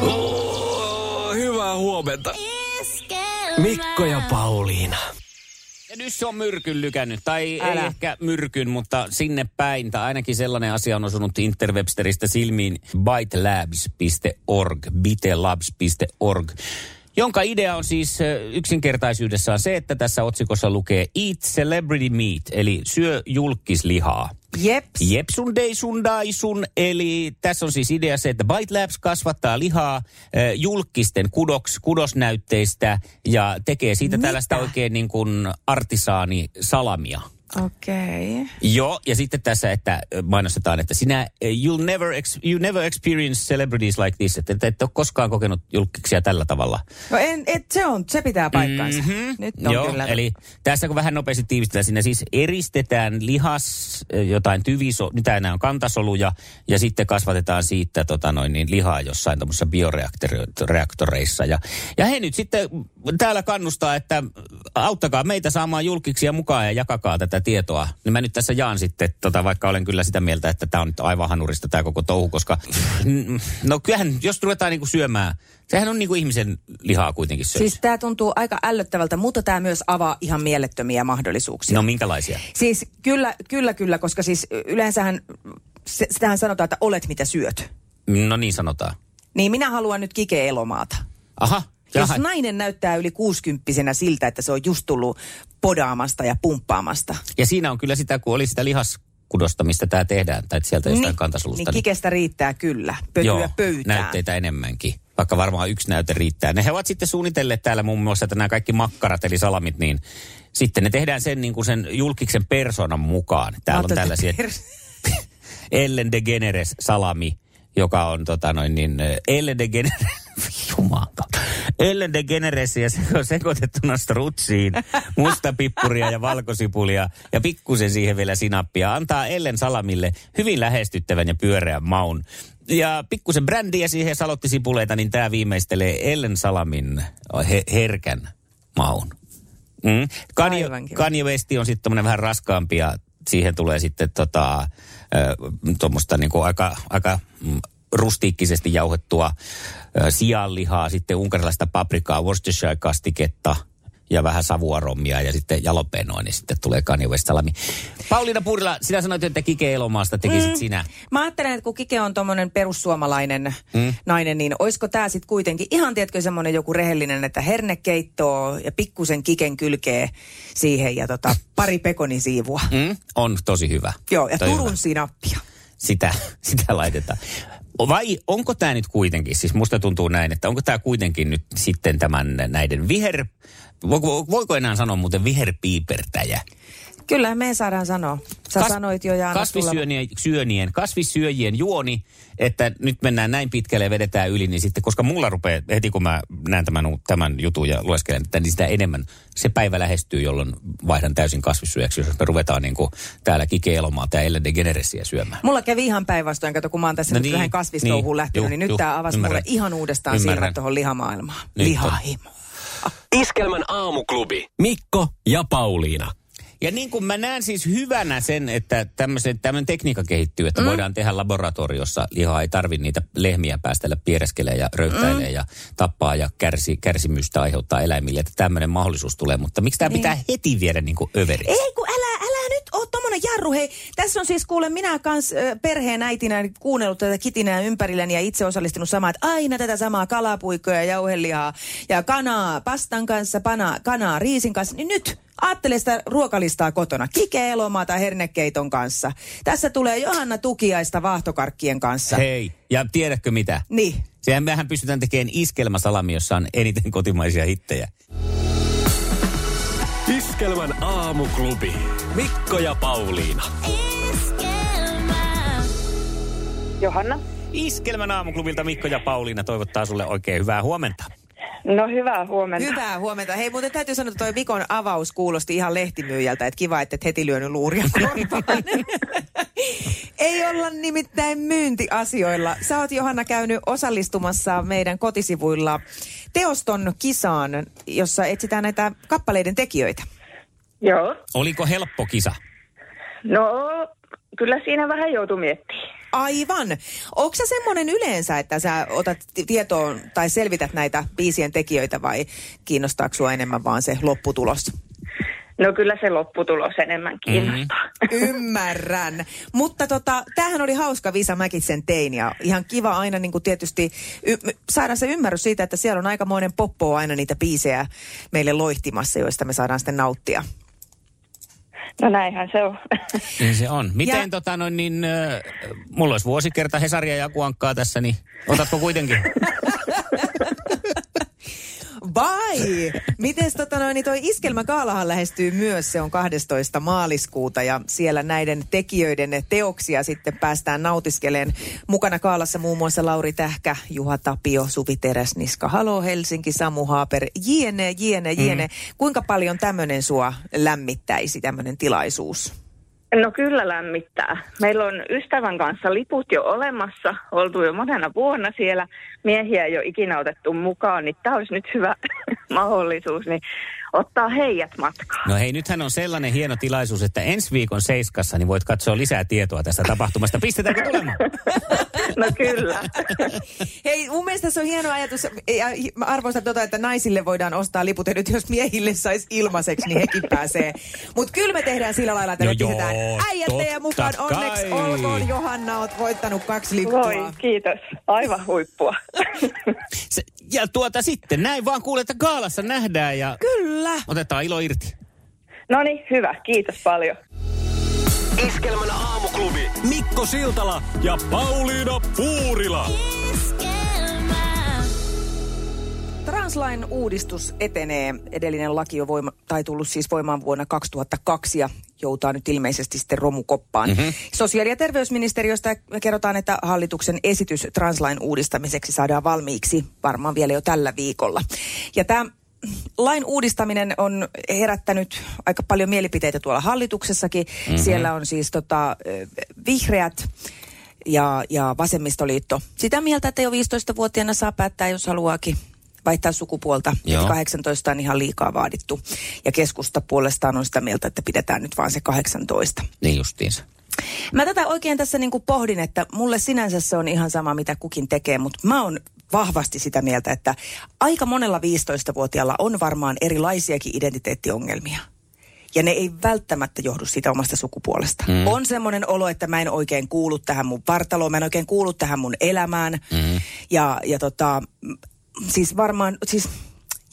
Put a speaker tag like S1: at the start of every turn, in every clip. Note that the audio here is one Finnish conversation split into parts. S1: Oh,
S2: huomenta. Mikko ja Pauliina.
S3: Ja nyt se on myrkyn lykännyt, tai Älä. ei
S4: Älä.
S3: ehkä myrkyn, mutta sinne päin, tai ainakin sellainen asia on osunut Interwebsteristä silmiin, bytelabs.org, bitelabs.org, jonka idea on siis ö, yksinkertaisuudessaan se, että tässä otsikossa lukee Eat Celebrity Meat, eli syö julkislihaa.
S4: Jeps.
S3: Jepsun deisun daisun, eli tässä on siis idea se, että Bite Labs kasvattaa lihaa eh, julkisten kudoks, kudosnäytteistä ja tekee siitä
S4: Mitä?
S3: tällaista oikein niin kuin artisaani salamia.
S4: Okei. Okay.
S3: Joo, ja sitten tässä, että ö, mainostetaan, että sinä, eh, you'll never, ex, you never experience celebrities like this, että te et ole koskaan kokenut julkisia tällä tavalla.
S4: No en, et, se, on, se pitää paikkaansa. Mm-hmm. Nyt on
S3: Joo,
S4: kyllä.
S3: eli tässä kun vähän nopeasti tiivistetään, siinä siis eristetään lihas, eh, jotain tyviso, mitä nämä on kantasoluja, ja sitten kasvatetaan siitä tota noin, niin lihaa jossain tuommoisissa bioreaktoreissa. Ja, ja he nyt sitten täällä kannustaa, että auttakaa meitä saamaan julkiksia mukaan ja jakakaa tätä tietoa. Niin mä nyt tässä jaan sitten, tota, vaikka olen kyllä sitä mieltä, että tämä on nyt aivan hanurista tämä koko touhu, koska no kyllähän, jos ruvetaan niinku syömään, sehän on niinku ihmisen lihaa kuitenkin syödä.
S4: Siis tämä tuntuu aika ällöttävältä, mutta tämä myös avaa ihan mielettömiä mahdollisuuksia.
S3: No minkälaisia?
S4: Siis kyllä, kyllä, kyllä, koska siis yleensähän se, sitähän sanotaan, että olet mitä syöt.
S3: No niin sanotaan.
S4: Niin minä haluan nyt kike elomaata.
S3: Aha.
S4: Jos
S3: jaha.
S4: nainen näyttää yli 60 siltä, että se on just tullut podaamasta ja pumppaamasta.
S3: Ja siinä on kyllä sitä, kun oli sitä lihaskudosta, mistä tämä tehdään, tai että sieltä jostain niin, kantasolusta.
S4: niin kikestä riittää kyllä. Pölyä pöytään.
S3: näytteitä enemmänkin. Vaikka varmaan yksi näyte riittää. Ne he ovat sitten suunnitelleet täällä muun muassa, että nämä kaikki makkarat eli salamit, niin sitten ne tehdään sen, niin kuin sen julkiksen persoonan mukaan.
S4: Mä
S3: Täällä on
S4: ajattelin, että
S3: tällaisia
S4: pers-
S3: Ellen DeGeneres salami, joka on tota noin niin, eh, Ellen DeGeneres, jumanka, Ellen DeGeneres ja se on sekoitettuna strutsiin, mustapippuria ja valkosipulia ja pikkusen siihen vielä sinappia. Antaa Ellen salamille hyvin lähestyttävän ja pyöreän maun. Ja pikkusen brändiä siihen salottisipuleita, niin tämä viimeistelee Ellen salamin he- herkän maun. Mm. Kanye,
S4: Aivan kyllä.
S3: Kanye West on sitten tämmöinen vähän raskaampi ja siihen tulee sitten tota, tuommoista niinku aika, aika mm, rustiikkisesti jauhettua ö, sianlihaa, sitten unkarilaista paprikaa, Worcestershire-kastiketta ja vähän savuaromia ja sitten jalopenoa, niin sitten tulee Kanye West salami. Pauliina Puurila, sinä sanoit, että Kike Elomaasta tekisit mm. sinä.
S4: Mä ajattelen, että kun Kike on tommonen perussuomalainen mm. nainen, niin oisko tää sitten kuitenkin ihan tietkö semmonen joku rehellinen, että hernekeittoa ja pikkusen Kiken kylkee siihen ja tota, pari pekonisiivua. Mm.
S3: Mm? On tosi hyvä.
S4: Joo, ja
S3: Toi on hyvä.
S4: Turun sinappia.
S3: sitä, sitä laitetaan. Vai onko tämä nyt kuitenkin, siis musta tuntuu näin, että onko tämä kuitenkin nyt sitten tämän näiden viher... Voiko, voiko enää sanoa muuten viherpiipertäjä?
S4: Kyllä me saadaan sanoa. Sä Kas- sanoit jo Jaana tuleva-
S3: kasvisyönien, syönien, kasvisyöjien juoni, että nyt mennään näin pitkälle ja vedetään yli, niin sitten, koska mulla rupeaa heti kun mä näen tämän, u- tämän jutun ja lueskelen, että niin sitä enemmän se päivä lähestyy, jolloin vaihdan täysin kasvisyöjäksi, jos me ruvetaan niin kuin täällä kikeelomaa tai Ellen DeGeneresiä syömään.
S4: Mulla kävi ihan päinvastoin, kato kun mä oon tässä no
S3: No
S4: nyt
S3: niin,
S4: niin, vähän kasvistouhuun
S3: niin,
S4: niin, lähtenyt,
S3: juu,
S4: niin nyt
S3: juu,
S4: tää avasi
S3: ymmärrän.
S4: mulle ihan uudestaan
S3: Ymmärrän.
S4: silmät tuohon lihamaailmaan.
S3: Nyt on.
S4: Lihahimo.
S2: Iskelmän aamuklubi.
S1: Mikko ja Pauliina.
S3: Ja niin kuin mä näen siis hyvänä sen, että tämmöisen, tämmöinen tekniikka kehittyy, että mm. voidaan tehdä laboratoriossa lihaa, ei tarvi niitä lehmiä päästellä piereskelemään ja röyhtäilemään mm. ja tappaa ja kärsi, kärsimystä aiheuttaa eläimille, että tämmöinen mahdollisuus tulee. Mutta miksi tämä pitää heti viedä niin kuin överiksi?
S4: Ei kun älä, älä nyt oo tommonen jarru, hei. Tässä on siis kuule minä kans ö, perheen äitinä kuunnellut tätä kitinää ympärilläni ja itse osallistunut samaan, että aina tätä samaa kalapuikkoja, jauhelihaa ja kanaa pastan kanssa, pana, kanaa riisin kanssa. Niin nyt ajattele sitä ruokalistaa kotona. Kike elomaata hernekeiton kanssa. Tässä tulee Johanna Tukiaista vaahtokarkkien kanssa.
S3: Hei, ja tiedätkö mitä?
S4: Niin.
S3: Sehän mehän pystytään tekemään iskelmäsalami, jossa on eniten kotimaisia hittejä.
S1: Iskelmän aamuklubi. Mikko ja Pauliina.
S5: Johanna.
S3: Iskelmän aamuklubilta Mikko ja Pauliina toivottaa sulle oikein hyvää huomenta.
S5: No hyvää huomenta.
S4: Hyvää huomenta. Hei, muuten täytyy sanoa, että toi Mikon avaus kuulosti ihan lehtimyyjältä, että kiva, että et heti lyönyt luuria korvaan. Ei olla nimittäin myyntiasioilla. Sä oot Johanna käynyt osallistumassa meidän kotisivuilla teoston kisaan, jossa etsitään näitä kappaleiden tekijöitä.
S5: Joo.
S3: Oliko helppo kisa?
S5: No, kyllä siinä vähän joutui miettimään.
S4: Aivan. Onko sä semmoinen yleensä, että sä otat t- tietoon tai selvität näitä biisien tekijöitä vai kiinnostaako sua enemmän vaan se lopputulos?
S5: No kyllä se lopputulos enemmän kiinnostaa. Mm-hmm.
S4: Ymmärrän. Mutta tota, tämähän oli hauska Visa Mäkin sen tein ja ihan kiva aina niin kuin tietysti y- saada se ymmärrys siitä, että siellä on aikamoinen poppo aina niitä biisejä meille loihtimassa, joista me saadaan sitten nauttia.
S5: No näinhän se on.
S3: Niin se on. Miten
S4: Ja-
S3: ja... tota noin, niin, äh, mulla olisi vuosikerta Hesaria ja Kuankkaa tässä, niin otatko kuitenkin?
S4: Vai? Mites tota noin, niin toi iskelmäkaalahan lähestyy myös, se on 12. maaliskuuta ja siellä näiden tekijöiden teoksia sitten päästään nautiskeleen. Mukana kaalassa muun muassa Lauri Tähkä, Juha Tapio, Suvi Teräsniska, Halo Helsinki, Samu Haaper, jne, jne, jne. Mm. Kuinka paljon tämmöinen sua lämmittäisi tämmöinen tilaisuus?
S5: No kyllä lämmittää. Meillä on ystävän kanssa liput jo olemassa, oltu jo monena vuonna siellä. Miehiä ei ole ikinä otettu mukaan, niin tämä olisi nyt hyvä mahdollisuus niin ottaa heijät matkaan.
S3: No hei, nythän on sellainen hieno tilaisuus, että ensi viikon Seiskassa niin voit katsoa lisää tietoa tästä tapahtumasta. Pistetäänkö tulemaan?
S5: No kyllä.
S4: Hei, mun mielestä se on hieno ajatus. Ja mä arvostan tota, että naisille voidaan ostaa liput. Ja nyt jos miehille saisi ilmaiseksi, niin hekin pääsee. Mutta kyllä me tehdään sillä lailla, että
S3: No
S4: me
S3: joo,
S4: pistetään äijät
S3: totta
S4: teidän mukaan. Onneksi
S3: kai.
S4: olkoon, Johanna, oot voittanut kaksi lippua.
S5: Voi, kiitos. Aivan huippua.
S3: Se, ja tuota sitten, näin vaan kuulet, että kaalassa nähdään ja
S4: Kyllä.
S3: otetaan ilo irti.
S5: No niin, hyvä. Kiitos paljon.
S1: Iskelmän aamuklubi. Mikko Siltala ja Pauliina Puurila.
S4: Translain uudistus etenee. Edellinen laki on voima, tai tullut siis voimaan vuonna 2002 ja joutaa nyt ilmeisesti sitten romukoppaan. Mm-hmm. Sosiaali- ja terveysministeriöstä kerrotaan, että hallituksen esitys translain uudistamiseksi saadaan valmiiksi varmaan vielä jo tällä viikolla. Ja tämä lain uudistaminen on herättänyt aika paljon mielipiteitä tuolla hallituksessakin. Mm-hmm. Siellä on siis tota, ö, vihreät ja, ja vasemmistoliitto sitä mieltä, että jo 15-vuotiaana saa päättää, jos haluaakin vaihtaa sukupuolta.
S3: Joo.
S4: Joo. 18 on ihan liikaa vaadittu. Ja keskusta puolestaan on sitä mieltä, että pidetään nyt vaan se 18.
S3: Niin justiinsa.
S4: Mä tätä oikein tässä niinku pohdin, että mulle sinänsä se on ihan sama, mitä kukin tekee, mutta mä oon vahvasti sitä mieltä, että aika monella 15-vuotiaalla on varmaan erilaisiakin identiteettiongelmia. Ja ne ei välttämättä johdu siitä omasta sukupuolesta. Mm. On semmoinen olo, että mä en oikein kuulu tähän mun vartaloon, mä en oikein kuulu tähän mun elämään. Mm. Ja, ja tota, m- siis varmaan, siis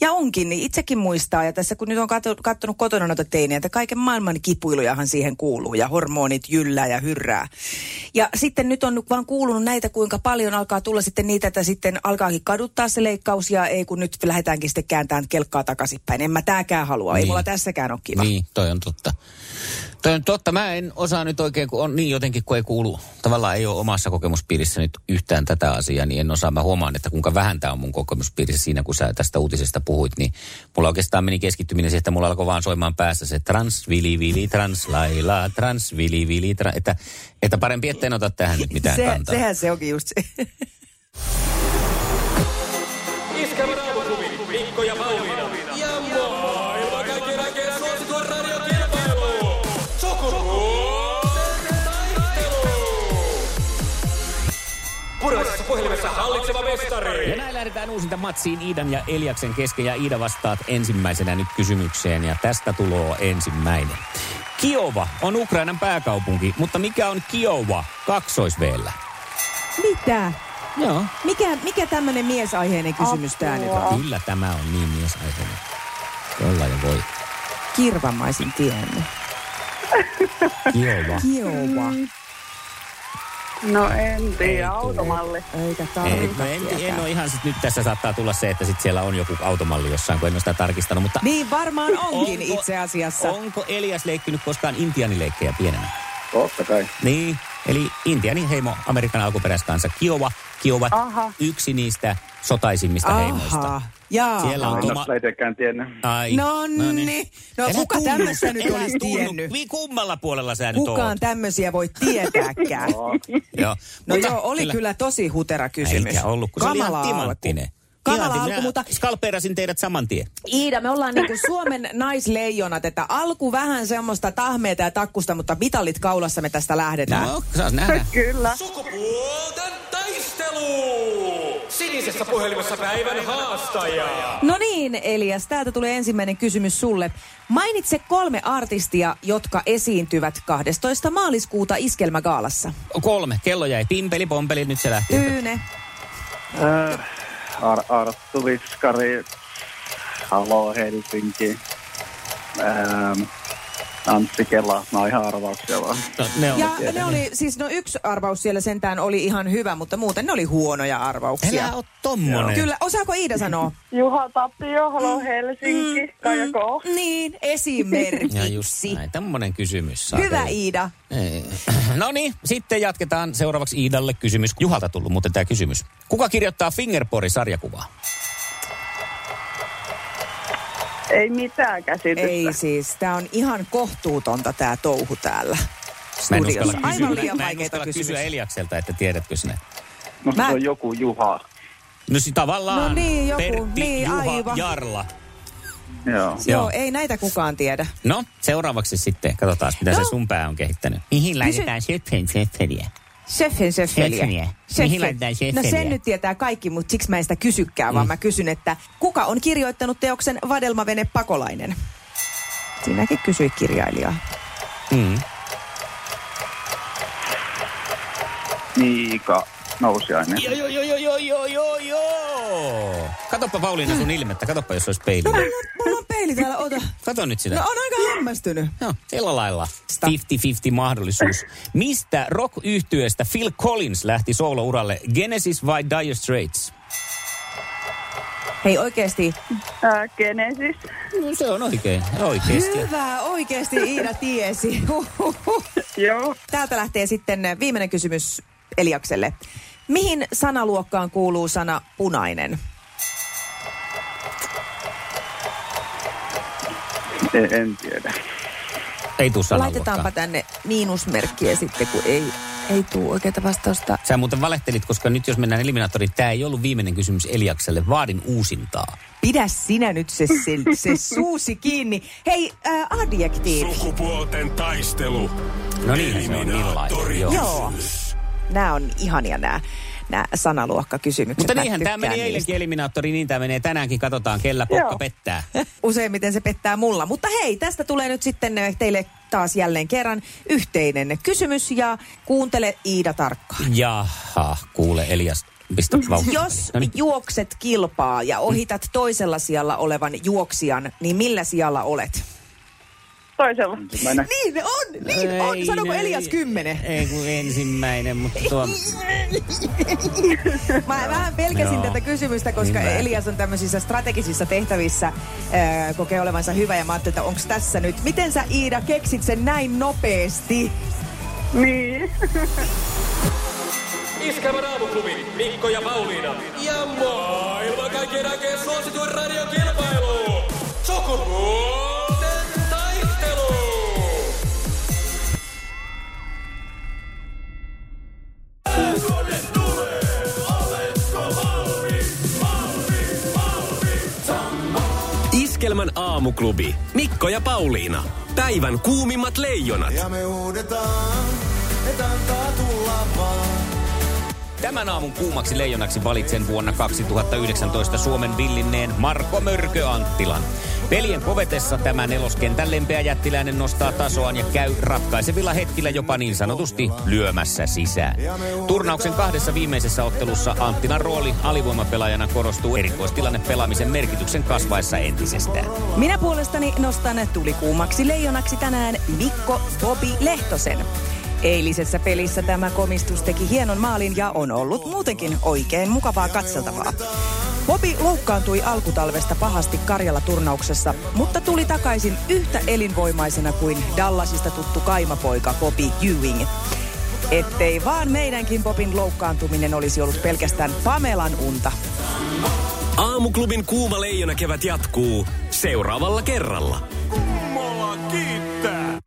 S4: ja onkin, niin itsekin muistaa. Ja tässä kun nyt on katsonut kotona noita teiniä, että kaiken maailman kipuilujahan siihen kuuluu. Ja hormonit jyllää ja hyrrää. Ja sitten nyt on vaan kuulunut näitä, kuinka paljon alkaa tulla sitten niitä, että sitten alkaakin kaduttaa se leikkaus. Ja ei kun nyt lähdetäänkin sitten kääntämään kelkkaa takaisinpäin. En mä tääkään halua. Niin. Ei
S3: Niin.
S4: mulla tässäkään ole kiva.
S3: Niin, toi on totta. Toi on totta. Mä en osaa nyt oikein, kun on niin jotenkin, kun ei kuulu. Tavallaan ei ole omassa kokemuspiirissä nyt yhtään tätä asiaa, niin en osaa. Mä huomaan, että kuinka vähän tämä on mun kokemuspiirissä siinä, kun sä tästä uutisesta puhuit. Niin mulla oikeastaan meni keskittyminen siihen, että mulla alkoi vaan soimaan päässä se transvili, vili, translaila, transvili, vili, tra- että, että parempi, etten ota tähän nyt mitään
S4: se,
S3: kantaa.
S4: sehän se onkin just se.
S1: Iskelmän aamuklubi. Mikko ja Pauliina. Ja maailman kaikkien aikeen suosituen radiokilpailu. Sukupuolten taistelu. Puraisessa puhelimessa hallitseva mestari.
S3: Ja näin lähdetään uusinta matsiin Iidan ja Eliaksen kesken ja Iida vastaat ensimmäisenä nyt kysymykseen ja tästä tuloo ensimmäinen. Kiova on Ukrainan pääkaupunki, mutta mikä on Kiova kaksoisveellä?
S4: Mitä?
S3: Joo.
S4: Mikä, mikä tämmöinen miesaiheinen kysymys tää nyt on?
S3: Kyllä tämä on niin miesaiheinen. Jolla jo voi.
S4: Kirvamaisin tiennyt.
S3: Kiova.
S4: Kiova.
S5: No en
S3: Ei
S5: tiedä, automalli.
S4: Eikä
S3: Ei,
S4: tarvitse
S3: no en, en
S4: tietää.
S3: ole ihan sit, nyt tässä saattaa tulla se, että sit siellä on joku automalli jossain, kun en ole sitä tarkistanut, mutta
S4: Niin varmaan onkin itse asiassa.
S3: Onko Elias leikkinyt koskaan intianileikkejä pienenä?
S6: Totta kai.
S3: Niin, eli Intianin heimo, Amerikan alkuperäiskansa Kiova. Kiovat
S5: Aha.
S3: yksi niistä sotaisimmista heimoista.
S4: Aha. Jaa.
S3: Siellä
S6: Mä
S3: on
S6: en
S3: toma...
S6: ole itsekään tiennyt.
S3: Ai, niin.
S4: Nonni. No
S3: Älä
S4: kuka
S3: tunnusta,
S4: tämmöistä nyt
S3: älä
S4: olisi
S3: tunnu-
S4: tiennyt?
S3: Vi- Kummalla puolella sä nyt
S4: Kukaan
S3: oot?
S4: tämmöisiä voi tietääkään.
S6: Joo.
S3: Joo.
S4: No
S3: Mutta
S4: joo, oli kyllä tosi hutera kysymys.
S3: Eikä ollut, kun se oli ihan
S4: Kamalaa alku.
S3: timanttinen.
S4: kamala
S3: Ihailin,
S4: alku,
S3: minä
S4: mutta
S3: Skalpeerasin teidät saman tien.
S4: Iida, me ollaan niinku Suomen naisleijonat, että alku vähän semmoista tahmeita ja takkusta, mutta mitalit kaulassa me tästä lähdetään.
S3: No, saas nähdä.
S5: Kyllä.
S1: Sukupuolten taistelu! Sinisessä puhelimessa päivän haastaja.
S4: No niin, Elias, täältä tulee ensimmäinen kysymys sulle. Mainitse kolme artistia, jotka esiintyvät 12. maaliskuuta Iskelmägaalassa.
S3: Kolme. Kello jäi. Pimpeli, pompeli, nyt se lähti.
S4: Tyyne,
S6: Äh, Ar- Arttu Viskari, Halo Helsinki, ähm, Anssi Kela, no ihan arvauksia vaan.
S3: No, ne on.
S4: Ja ne oli, siis no yksi arvaus siellä sentään oli ihan hyvä, mutta muuten ne oli huonoja arvauksia.
S3: Älä oo tommonen.
S4: Kyllä, osaako Iida sanoa?
S5: Juha Tapio, Halo Helsinki, mm, Kaija K.
S4: Niin,
S3: Ja just
S4: esimerkiksi.
S3: näin. Tämmönen kysymys. saa
S4: Hyvä
S3: teiltä.
S4: Iida.
S3: Ei. No niin, sitten jatketaan seuraavaksi Iidalle kysymys. Juhalta tullut muuten tämä kysymys. Kuka kirjoittaa Fingerpori-sarjakuvaa?
S5: Ei mitään käsitystä.
S4: Ei siis, tää on ihan kohtuutonta tää touhu täällä
S3: Mä en uskalla
S4: studiossa.
S3: kysyä,
S4: Aivan liian
S3: Mä en
S4: vaikeita
S3: uskalla kysyä
S4: kysymyksiä.
S3: Eliakselta, että tiedätkö sinä.
S6: No
S4: Mä-
S6: se on joku Juha.
S3: No si- tavallaan
S4: No niin, joku,
S3: Pertti,
S4: niin,
S3: Juha,
S4: aivan.
S3: Jarla.
S6: Joo.
S4: Joo,
S3: Joo.
S4: ei näitä kukaan tiedä.
S3: No, seuraavaksi sitten katsotaan, mitä
S4: No.
S3: se sun pää on kehittänyt. Mihin laitetaan Sheffield Sheffieldia?
S4: Sheffin Sheffeliä.
S3: Sheffeliä.
S4: Sheffin.
S3: Mihin laitetaan Mm.
S4: No
S3: Sheffeliä?
S4: sen nyt tietää kaikki, mutta siksi mä en sitä kysykään, vaan mä kysyn, että kuka on kirjoittanut teoksen Vadelmavene pakolainen? Siinäkin kysyi kirjailijaa.
S3: Mm.
S6: Niika Nousiainen.
S3: Joo, joo, joo, joo, joo, joo, joo, joo. Katoppa Pauliina sun ilmettä, katoppa jos olisi peili.
S4: No, mulla, mulla on peili täällä, ota.
S3: Kato nyt sitä.
S4: No on aika hämmästynyt.
S3: Joo, sillä lailla.
S4: Sta.
S3: 50-50 mahdollisuus. Mistä rock yhtyeestä Phil Collins lähti soolouralle? Genesis vai Dire Straits?
S4: Hei oikeesti,
S5: Ää, Genesis.
S3: No, se on oikein, oikeasti.
S4: hyvä, oikeesti Iida tiesi. Huhhuh.
S5: Joo.
S4: Täältä lähtee sitten viimeinen kysymys Eliakselle. Mihin sanaluokkaan kuuluu sana punainen?
S6: En, en tiedä.
S3: Ei tuu
S4: Laitetaanpa
S3: sanaluokkaa.
S4: tänne miinusmerkkiä sitten, kun ei, ei tuu oikeata vastausta.
S3: Sä muuten valehtelit, koska nyt jos mennään eliminaattoriin, tämä ei ollut viimeinen kysymys Eliakselle. Vaadin uusintaa.
S4: Pidä sinä nyt se, se, se suusi kiinni. Hei, äh, adjektiivi.
S1: Sukupuolten taistelu.
S3: No niin, se on
S1: Eliminaattori.
S3: illainen. Joo.
S4: Joo. Nämä on ihania nämä, nämä sanaluokkakysymykset.
S3: Mutta
S4: Mä
S3: niinhän tämä
S4: tykkään
S3: meni
S4: niistä.
S3: eilenkin eliminaattori, niin tämä menee tänäänkin. Katsotaan, kellä pokka
S5: Joo.
S3: pettää.
S4: Useimmiten se pettää mulla. Mutta hei, tästä tulee nyt sitten äh, teille taas jälleen kerran yhteinen kysymys ja kuuntele Iida tarkkaan.
S3: Jaha, kuule Elias, pistä vauhtia.
S4: Jos
S3: No niin.
S4: juokset kilpaa ja ohitat toisella sijalla olevan juoksijan, niin millä sijalla olet?
S5: Toisella.
S6: Mennä.
S4: Niin on,
S3: Ei,
S4: Sanoko
S3: no ei. Ei kun ensimmäinen, mutta tuo...
S4: Mä vähän pelkäsin
S3: Joo.
S4: tätä kysymystä, koska
S3: Niin mä.
S4: Elias on tämmöisissä strategisissa tehtävissä, äh, kokee olevansa hyvä ja mä ajattelin, että onko tässä nyt. Miten sä Iida keksit sen näin nopeasti?
S5: Niin.
S1: Iskävän aamuklubi, Mikko ja Pauliina. Ja maailman kaikkien aikeen suosituen radiokilpailu. Sukupuolten taistelu.
S2: Iskelmän aamuklubi. Mikko ja Pauliina. Päivän kuumimmat leijonat.
S7: Ja me huudetaan, että antaa tulla vaan.
S3: Tämän aamun kuumaksi leijonaksi valitsen vuonna 2019 Suomen villinneen Marko Mörkö Anttilan. Pelien kovetessa tämä neloskentän lempeä jättiläinen nostaa tasoaan ja käy ratkaisevilla hetkillä jopa niin sanotusti lyömässä sisään. Turnauksen kahdessa viimeisessä ottelussa Anttilan rooli alivoimapelaajana korostuu erikoistilanne pelaamisen merkityksen kasvaessa entisestään.
S4: Minä puolestani nostan tulikuumaksi leijonaksi tänään Mikko Bobi Lehtosen. Eilisessä pelissä tämä komistus teki hienon maalin ja on ollut muutenkin oikein mukavaa katseltavaa. Bobi loukkaantui alkutalvesta pahasti Karjala-turnauksessa, mutta tuli takaisin yhtä elinvoimaisena kuin Dallasista tuttu kaimapoika Bobby Ewing. Ettei vaan meidänkin Bobin loukkaantuminen olisi ollut pelkästään Pamelan unta.
S2: Aamuklubin kuuma leijona kevät jatkuu seuraavalla kerralla.